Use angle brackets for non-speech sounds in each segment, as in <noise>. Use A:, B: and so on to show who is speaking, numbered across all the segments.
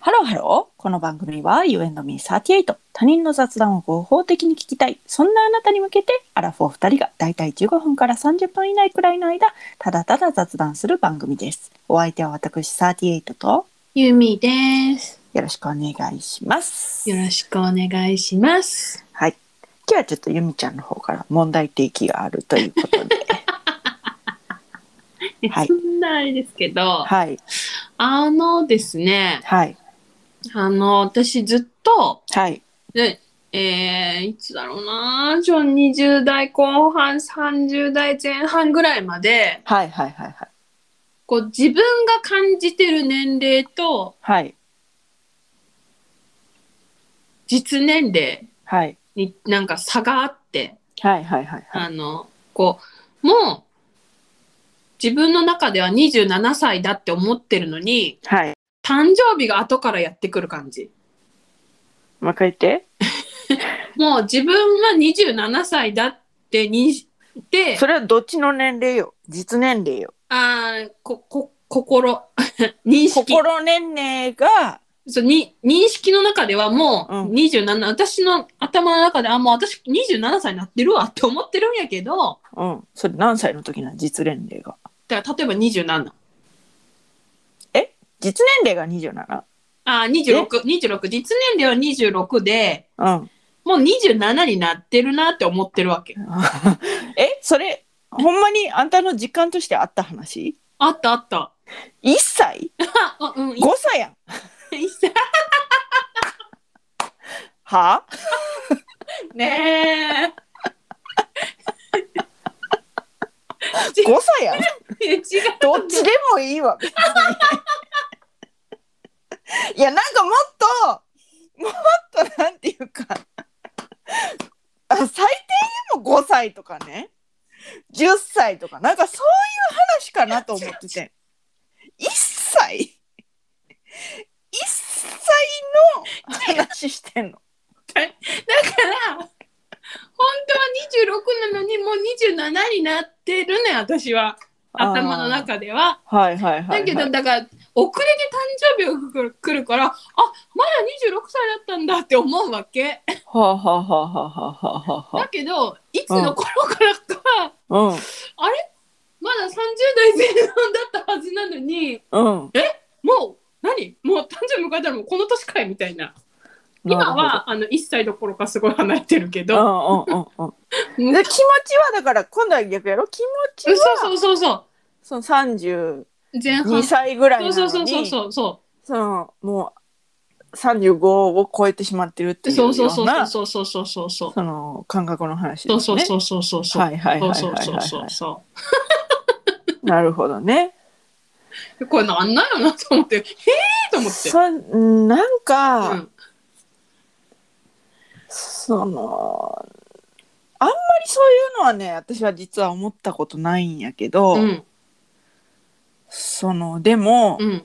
A: ハロー。この番組は You and me38。他人の雑談を合法的に聞きたい。そんなあなたに向けて、アラフォー二人がだいたい15分から30分以内くらいの間、ただただ雑談する番組です。お相手は私38と、
B: ゆみです。
A: よろしくお願いします。
B: よろしくお願いします。
A: はい。今日はちょっとゆみちゃんの方から問題提起があるということで。はい
B: そんなあれですけど、
A: はい。
B: あのですね、
A: はい。
B: あの、私ずっと、
A: はい。
B: でえー、いつだろうな、ちょ20代後半、30代前半ぐらいまで、
A: はい。はい。はい。はい。
B: こう自分が感じてる年齢と
A: はい。
B: 実年齢
A: はい。
B: になんか差があって、
A: はい。はい。はい。はい。
B: あの、こう、もう、自分の中では27歳だって思ってるのに、
A: はい。
B: 誕生日が後からやってくる感じ。
A: もう一回言って。
B: もう自分は27歳だってにして、
A: それはどっちの年齢よ実年齢よ
B: あーこ、こ、心、 <laughs> 認識
A: 心年齢が
B: そうに、認識の中ではもう
A: うん
B: 27、私の頭の中で、あ、もう私27歳になってるわって思ってるんやけど、
A: うんそれ何歳の時なん実年齢が
B: だから例えば27。
A: 実年齢が 27?
B: あー、26、26、実年齢は26で、
A: うん
B: もう27になってるなって思ってるわけ。
A: <laughs> えそれほんまにあんたの実感としてあった話
B: あったあった。
A: 1歳
B: あ、あうん、い
A: ?5 歳やん
B: いっす
A: は
B: ねえ。
A: ?5 歳やん
B: <laughs> 違う。
A: どっちでもいいわ別にいやなんかもっともっとなんていうかあ最低でも5歳とかね10歳とかなんかそういう話かなと思ってて1歳1歳の話してんの
B: だから、本当は26なのに、もう27になってるね、私は。 <laughs> 頭の中では。
A: あーはいはいはい、はい、
B: だけど、だから、遅れて誕生日が来るから、あ、まだ26歳だったんだって思うわけ。
A: はあはあはあはあはあはあは
B: だけど、いつの頃からか、
A: あ
B: まだ30代前半だったはずなのに、
A: うんうん
B: もう、何もう誕生日迎えたらもうこの年かいみたいな。今は、あの、1歳どころかすごい離れてるけど。
A: うんうんうんうんで気持ちはだから今度は逆やろ気持ち
B: そう
A: は
B: そうそうそ
A: その32
B: う。前半。そう
A: 歳ぐらいなのに
B: そうそうそうそうそ
A: そのもう35を超えてしまってるって
B: う。
A: いうよ
B: そううそうそう
A: な
B: そうそうそうそうそう。
A: その感覚の話
B: そう
A: です
B: そう
A: ね。
B: そうそうそうそう。
A: はいはいはいはい
B: そう
A: はい
B: そう
A: は
B: そうそ
A: いなるほどね。
B: う。これなんなんやなと思って、へえと思って。
A: そなんか、
B: うん
A: そのあんまりそういうのはね私は実は思ったことないんやけど、
B: うん
A: そのでも、
B: うん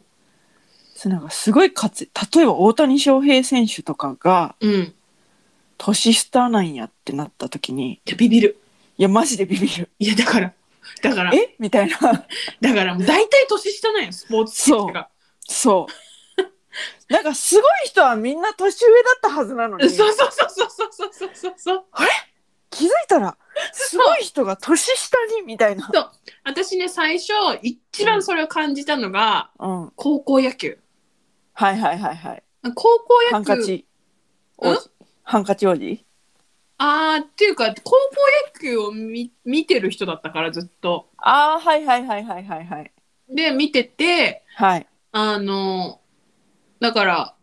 A: そのなんかすごいかつ例えば大谷翔平選手とかが
B: うん。
A: 年下なんやってなった時に
B: いやビビる。
A: いやマジでビビる
B: いやだからだから
A: えみたいな <laughs>
B: だからもう大体年下なんやスポーツ選手が。
A: そうなんかすごい人はみんな年上だったはずなの
B: そう
A: に
B: そうそうそうそうそうそうそう。
A: 気づいたらすごい人が年下にみたいな、
B: 私ね最初一番それを感じたのが
A: うん、はい
B: 高校野球。
A: はいはいはい
B: 高校野球。
A: ハンカチ王子ハンカチ王子
B: あーっていうか高校野球を見見てる人だったからずっと。
A: ああはいはいはいはいはいはい
B: で見てて
A: はい
B: あのだから、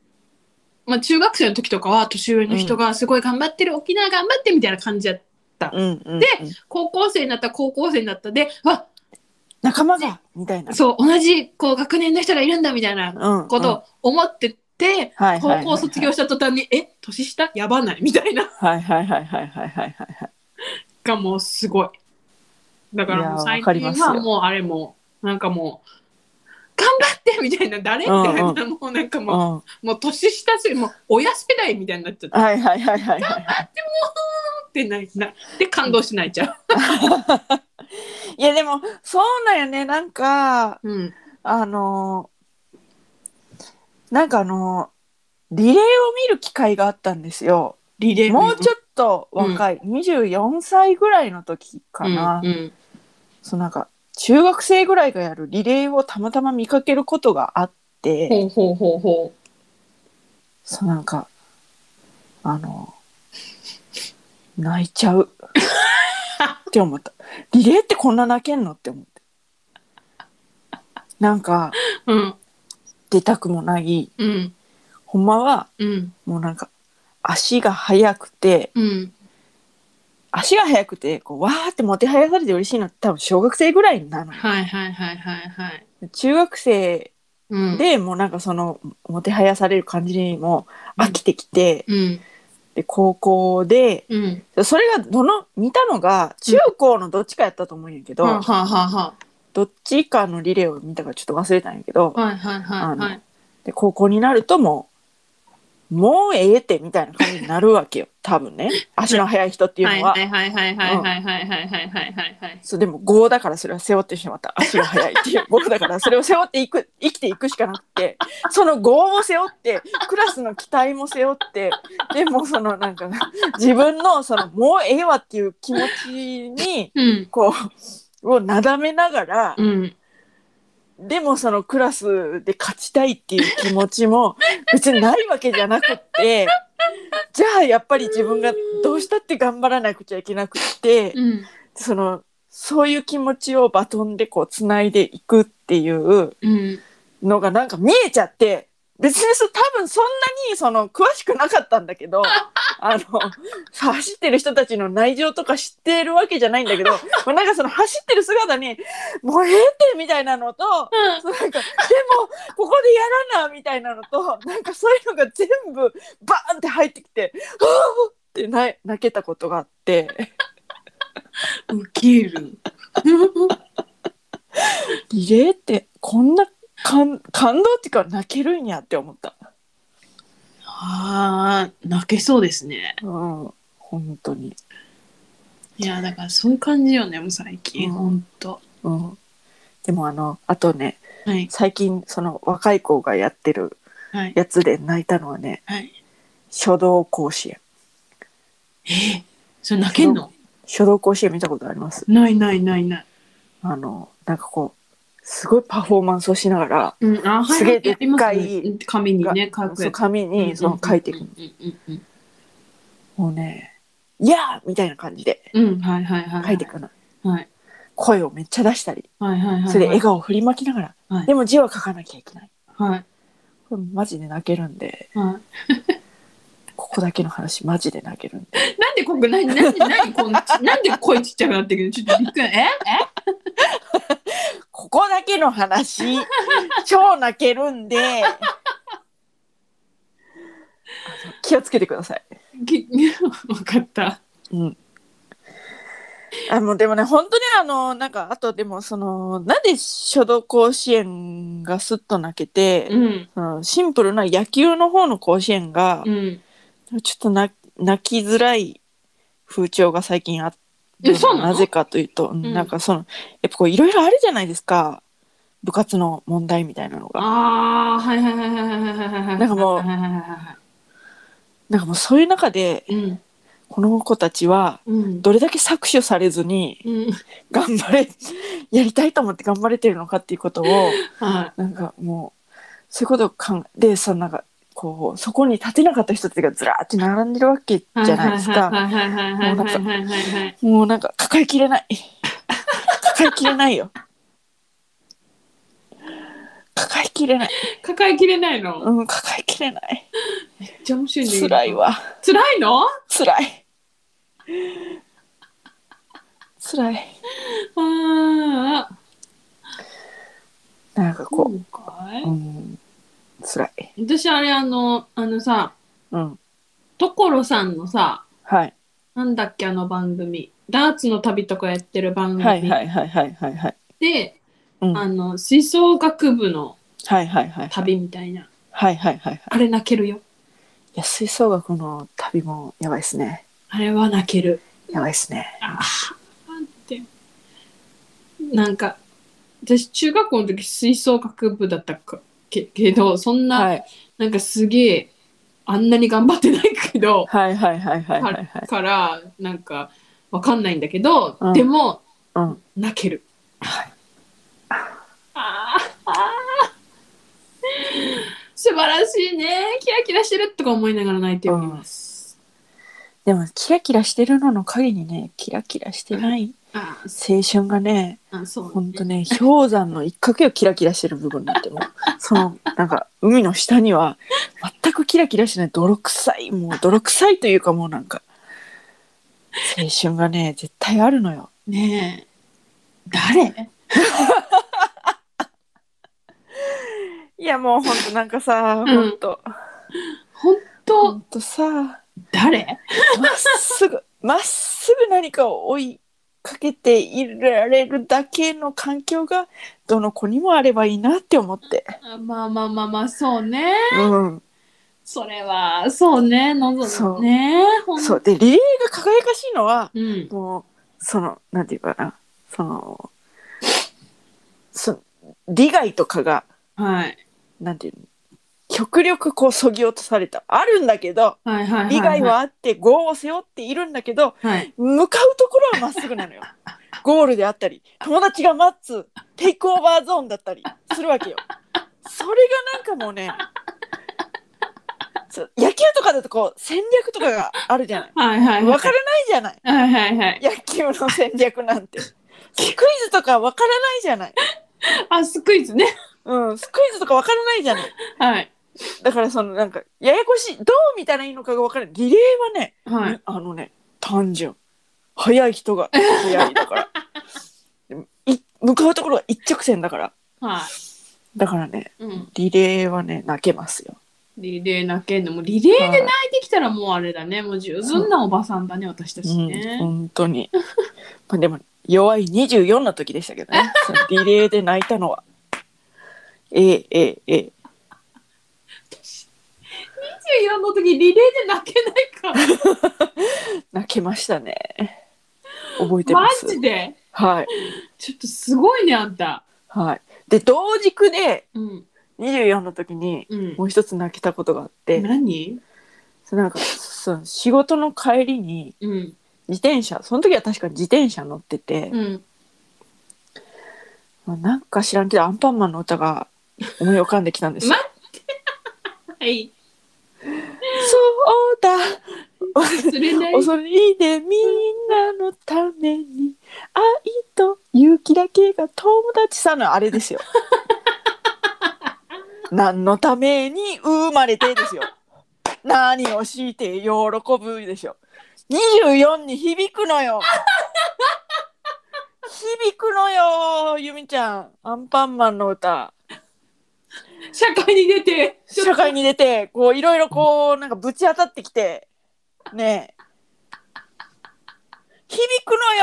B: まあ、中学生の時とかは年上の人がすごい頑張ってる、沖縄頑張ってみたいな感じや
A: うんうん、
B: で高校生になった高校生になったでわ
A: 仲間がみたいな
B: そう同じこう学年の人がいるんだみたいな
A: うん
B: こと
A: うん
B: を思ってて、
A: はいはいはいはい
B: 高校卒業した途端に「え年下やばない」みたいな
A: はいはいはいはいはいはいはいはい
B: がもうすごい。だからもう
A: いやー
B: 最
A: わかり
B: 近
A: ますよ
B: はもうあれもなんかもう頑張ってみたいな誰みたいな、
A: うん
B: もうなんか
A: う
B: もう、
A: んは
B: もう年下すぎもう親世代みたいになっちゃった
A: いはいはいはいはい
B: ってないなで感動しないちゃ
A: いやでもそうなんよねなんか
B: う。うん。
A: あのーなんかあのリレーを見る機会があったんですよ。
B: リレー
A: もうち
B: ょっ
A: ょっと若い、24歳ぐらいの時かな、
B: うんうん
A: そのなんか中学生ぐらいがやるリレーをたまたま見かけることがあって、
B: ほうほうほうほう
A: そのなんかあの泣いちゃうって思ったリレーってこんな泣けんのって思ってなんか
B: うん
A: 出たくもない
B: うん
A: ほんまは
B: うん
A: もうなんか足が速くて
B: うん
A: 足が速くてこうわーってもてはやされて嬉しいのって多分小学生ぐらいなのよ
B: はいはいはいはいはい
A: 中学生
B: うん
A: でもうなんかそのもてはやされる感じにも飽きてきて、
B: うん
A: で高校で
B: うん
A: それがどの見たのが中高のどっちかやったと思うんやけど、
B: はあはあはあは
A: どっちかのリレーを見たかちょっと忘れたんやけど
B: あはいはいはいはい
A: で高校になるともうもうええってみたいな感じになるわけよ多分ね足の速い人っていうのは、
B: はいはいはいはいはいはいはいはいはいはいはい
A: そうでも5だからそれは背負ってしまった足が速いっていう5だからそれを背負っていく生きていくしかなくてその5を背負ってクラスの期待も背負ってでもそのなんか自分のそのもうええわっていう気持ちに
B: うん
A: こうをなだめながら、
B: うん
A: でもそのクラスで勝ちたいっていう気持ちも別にないわけじゃなくってじゃあやっぱり自分がどうしたって頑張らなくちゃいけなくって。
B: うん
A: そのそういう気持ちをバトンでこうつないでいくっていう
B: うん
A: のがなんか見えちゃって別にそ多分そんなにその詳しくなかったんだけどあのさ走ってる人たちの内情とか知ってるわけじゃないんだけどまあなんかその走ってる姿に「もうええって」みたいなのと
B: うん
A: そうなんかでもここでやらなみたいなのとなんかそういうのが全部バーンって入ってきて「はぁってな泣けたことがあって。
B: ウケる。
A: リレーってこんな感感動っていうか泣けるんやって思った。
B: ああ、泣けそうですね。
A: うん、本当に。
B: いや、だからそういう感じよね、もう最近、
A: うん
B: ほんと。
A: うん。でもあのあとね
B: はい、
A: 最近その若い子がやってる
B: はい、
A: やつで泣いたのはね
B: はい。
A: 書道甲子園。
B: えー、それ泣けんの
A: 書道甲子園見たことあります
B: ないないないない。
A: あのなんかこうすごいパフォーマンスをしながら
B: うん、あ、はい、
A: すげえ
B: はいありますね
A: でっかい
B: うん紙にね、書く
A: そう
B: やつ。
A: 紙にその書いていく
B: う。んうんうん
A: もうね「いやー!」みたいな感じで
B: うん、うんはいはいはい。
A: 書いていくの。
B: はい。
A: 声をめっちゃ出したり
B: はいはいはいはい。
A: それで笑顔を振りまきながら、
B: はい
A: でも字は書かなきゃいけない。
B: はい
A: これマジで泣けるんで、
B: は
A: ここだけの話マジで泣けるんで。
B: い。なんでここ、ななんで、なんでこんな、なんで声ちっちゃくなってるけど、ちょっとびっくり。え
A: ここだけの <laughs> 話、超泣けるんで。あの気をつけてください。
B: え <laughs> きわかった。
A: うん。あもうでもね本当にあのなんかあとでもそのなんで書道甲子園がすっと泣けて、
B: うん。
A: そのシンプルな野球の方の甲子園が
B: う、ん。
A: ちょっとな泣きづらい風潮が最近あって。
B: えそうなの
A: ぜかというと、うん
B: うん
A: なんかそのやっぱこういろいろあるじゃないですか部活の問題みたいなのが
B: ああ、はいはいはいはいはいはいはいはい。
A: なんかもう
B: はいはいはいは
A: なんかもうそういう中で
B: いうん。
A: この子たちは
B: うん。
A: どれだけ搾取されずに
B: うん。
A: 頑張れ <laughs> やりたいと思って頑張れてるのかっていうことを
B: は
A: なんかもうそういうことを考えでそのなんかこうそこに立てなかった人たちがずらーって並んでるわけじ
B: い。
A: ゃないですか。
B: はいはいはいはいはいはいはいはい。
A: もうなんか抱えきれない。抱えきれないよ。抱えきれない。
B: 抱えきれないの。
A: うん、抱えきれない。
B: めっちゃ面白いね。
A: 辛い。わ。
B: 辛いの？あ
A: 辛い。辛い。
B: あ。
A: なんか
B: そ
A: こ
B: うか
A: う、うん、辛い。
B: い。私あれあのあのさ、
A: うん、
B: 所さんのさ、
A: はい。
B: なんだっけあの番組、ダーツの旅とかやってる番組で、
A: はいはいはいはいはいはい。うん、は
B: あ
A: い
B: の吹奏楽部の
A: はいはいはい。
B: 旅みたいな、
A: はいはいはいはい。
B: あれ泣けるよ。
A: いや、吹奏楽の旅もやばいですね。
B: あれは泣ける。
A: やばいですね。
B: ああ、なんて。なんか、私、中学校の時、吹奏楽部だったかけけど、そんな、
A: はい。
B: なんかすげえ、あんなに頑張ってないけど、
A: はいはいはいはいはいはい。
B: からなんかわかんないんだけど、
A: うん
B: でも
A: うん。
B: 泣ける。
A: はい
B: あーあー素晴らしいねキラキラしてるとか思いながら泣いております。
A: でもキラキラしてるのの陰にねキラキラしてない
B: あー
A: 青春がね
B: あそう
A: ほんとね氷山の一角よキラキラしてる部分なんてもう <laughs> そのなんか海の下には全くキラキラしない泥臭いもう泥臭いというかもうなんか青春がね絶対あるのよ。
B: ねえ誰
A: いやもうほんとなんかさほんと、
B: 本
A: ほ
B: 当
A: んとさ
B: 誰
A: まっすぐまっすぐ何かを追いかけていられるだけの環境がどの子にもあればいいなって思って、
B: あまあまあまあまあそうね
A: うん、
B: それはそうね望
A: そう
B: むねほん
A: そうでリレーが輝かしいのは
B: うん
A: もうそのなんていうかなそのそ利害とかが
B: はい
A: なんていうの極力こうそぎ落とされたあるんだけど
B: はいはいはい
A: 利害はあって業を背負っているんだけど
B: はい
A: 向かうところはまっすぐなのよ。ゴールであったり友達が待つテイクオーバーゾーンだったりするわけよ。それがなんかもうねそう野球とかだとこう戦略とかがあるじゃない。
B: はいはい
A: 分からないじゃない
B: はいはいはい
A: 野球の戦略なんて。 <laughs> スクイズとか分からないじゃない。
B: あスクイズね
A: うん、スクイズとか分からないじゃない。
B: はい
A: だからそのなんかややこしいどう見たらいいのかが分からない。リレーはね
B: はい
A: あのね単純早い人が早いだから <laughs> でもい向かうところが一直線だから
B: は
A: だからね
B: いうん
A: リレーはね泣けますよ
B: リレー泣けんのもうリレーで泣いてきたらもうあれだねもう十分なおばさんだね私たち
A: うん、
B: ね
A: 本当に <laughs> まあでも弱い24の時でしたけどねそのリレーで泣いたのはええええええ
B: 24の時リレーで泣けないか
A: 泣けましたね覚えて
B: ら
A: ま
B: マ
A: す
B: ジで
A: はい
B: ちょっとすごいねあんた
A: はいで同軸で
B: うん
A: 24の時に
B: うん
A: もう一つ泣けたことがあって、
B: 何
A: なんかそう仕事の帰りに
B: うん
A: 自転車その時は確か自転車乗ってて、
B: うん
A: まあなんか知らんけどアンパンマンの歌が思い浮かんできたんですよ。
B: <laughs> まはい
A: そうだ
B: 忘れない
A: 恐れでみんなのために愛と勇気だけが友達さんのあれですよ。何のために生まれてですよ。何をして喜ぶでしょ。24に響くのよ。響くのよ、ゆみちゃん。アンパンマンの歌。
B: 社会に出てちょっと
A: 社会に出てこういろいろこうなんかぶち当たってきてねえ響くの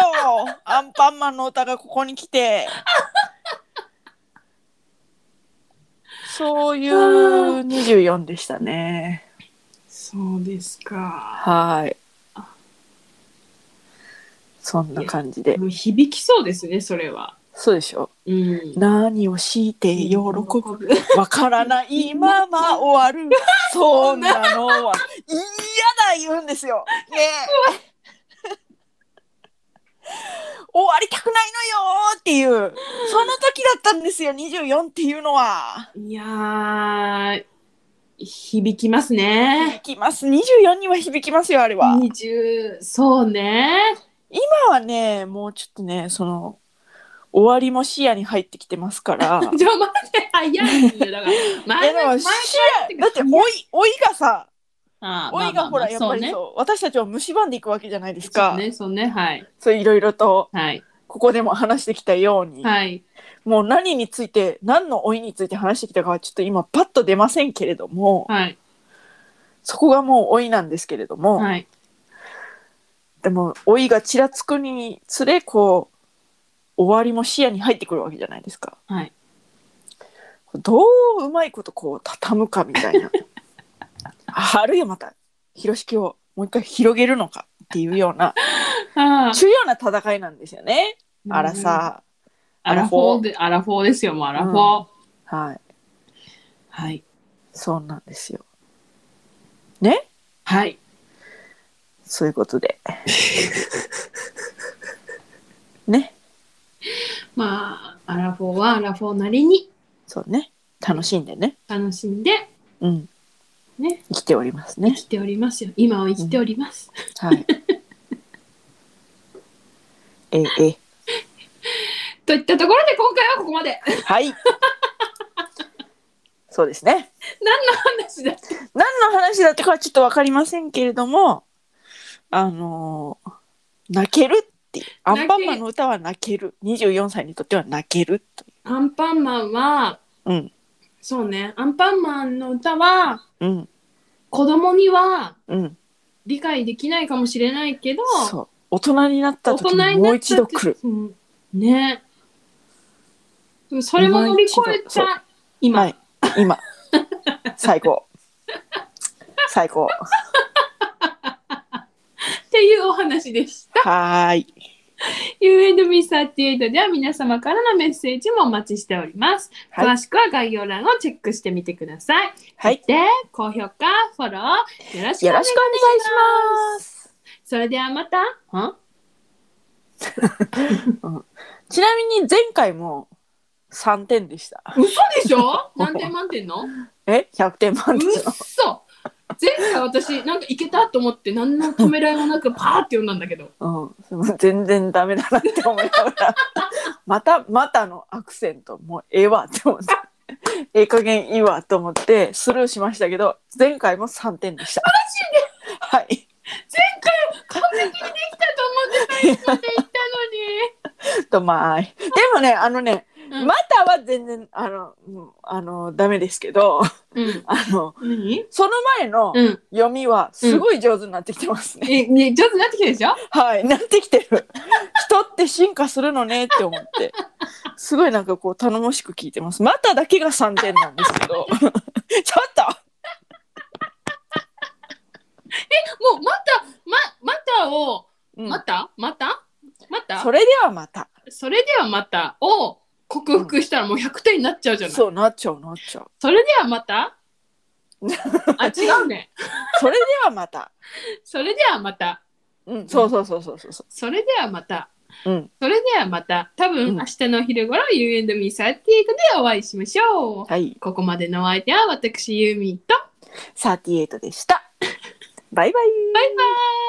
A: よアンパンマンの歌がここに来てそういう24でしたね
B: そうですか
A: はいそんな感じで
B: もう響きそうですねそれは
A: そうでしょ
B: うん
A: 何を強いて喜ぶわからないまま終わる。 <laughs> そんなのは嫌だ言うんですよ。ねえ。終わりたくないのよーっていうその時だったんですよ24っていうのはい
B: やー響きますね
A: 響きます24には響きますよあれは今
B: 20そうね
A: はねもうちょっとねその終わりも視野に入ってきてますから <laughs>
B: じゃあ待って早いんだよだから
A: いやで
B: 前の
A: も
B: 前
A: 視
B: 前
A: 野だって老い老いがさ
B: あー
A: 老いがほらやっぱりそう,、
B: そうね
A: 私たちを蝕んでいくわけじゃないですか
B: そうねそうねはい
A: そういろいろと
B: はい
A: ここでも話してきたように、
B: はい
A: もう何について何の老いについて話してきたかはちょっと今パッと出ませんけれども、
B: はい
A: そこがもう老いなんですけれども、
B: はい
A: でも老いがちらつくにつれこう終わりも視野に入ってくるわけじゃないですか。
B: はい
A: どううまいことこう畳むかみたいな <laughs> ああるいはまた広ろしきをもう一回広げるのかっていうような
B: あー
A: 重要な戦いなんですよね。あらさ、
B: アラフォーでアラフォーですよもうアラフォー、
A: はい、
B: はい
A: そうなんですよ。ね
B: はい。
A: そういうこと
B: <laughs>
A: で。ね。
B: まあ、アラフォーはアラフォーなりに
A: そうね。楽しんでね。
B: 楽しんで
A: うん。
B: ね。
A: 生きております
B: 生
A: ね。
B: きておりますよ。今を生きております。 <laughs>
A: はい。ええ。
B: といったところで今回はここまで。
A: はい。そうですね。
B: 何の話だって
A: 何の話だったかはちょっとわかりませんけれども、あのー泣けるっていう。アンパンマンの歌は泣ける。24歳にとっては泣けるとい
B: アンパンマンは、
A: う。うん。
B: そうね、アンパンマンの歌は
A: うん。
B: 子供には
A: うん。
B: 理解できないかもしれないけど、
A: そう。大人になった
B: 大
A: 時
B: 人になっ
A: に
B: た
A: もう一度来る。
B: 時うんね。でもそれも乗り越え
A: もう一度そう
B: た今、
A: はい。今。最高。最高。
B: っていうお話でした。
A: はーい。
B: U&Me38 では皆様からのメッセージもお待ちしております。
A: はい
B: 詳しくは概要欄をチェックしてみてください。
A: はい。
B: で、高評価、フォロー、よろしくお
A: よ
B: 願
A: ろ
B: い
A: し
B: し
A: くお願いします。
B: ます。それではまた、ん
A: ちなみに前回も3点でした。
B: 嘘で
A: <laughs>
B: しょ何点満点の
A: え ?100 点満点の。
B: 嘘前回私、なんかいけたと思って何のためらいもなくパーって読んだんだけど。
A: うん、全然ダメだなって思いながらまたまたのアクセントもうええわって思ってええ加減いいわと思ってスルーしましたけど前回も3点でしたマジで
B: 完璧にできたと思って最初まで言っ
A: はいとまあでもねあのね、
B: うん
A: または全然あのうんあのダメですけど
B: たのに。うん。
A: あの
B: 何
A: その前の
B: うん。
A: 読みはすごい上手になってきてます
B: <laughs>
A: ね、
B: え、ね、上手になってきたでしょ
A: はいなってきてる人って進化するのねって思ってすごいなんかこう頼もしく聞いてますまただけが3点なんですけど <laughs> ちょっと
B: もうまた、ま、またを、、
A: うん
B: またまたまたそ
A: そ
B: れ
A: れではまた
B: ではまたを克服したらもう100点になっちゃうじゃない、
A: そうなっちゃうなっちゃう
B: それではまたあ違うね
A: それではまた
B: それではまた
A: うんそうそうそうそうそうそ
B: それではまた
A: ううん
B: それではまた多分、
A: うん
B: 明日のお昼ごろ You and me38 でお会いしましょう、
A: はい
B: ここまでのお相手は私ユーミンと
A: 38でしたバイバイ
B: バイバイ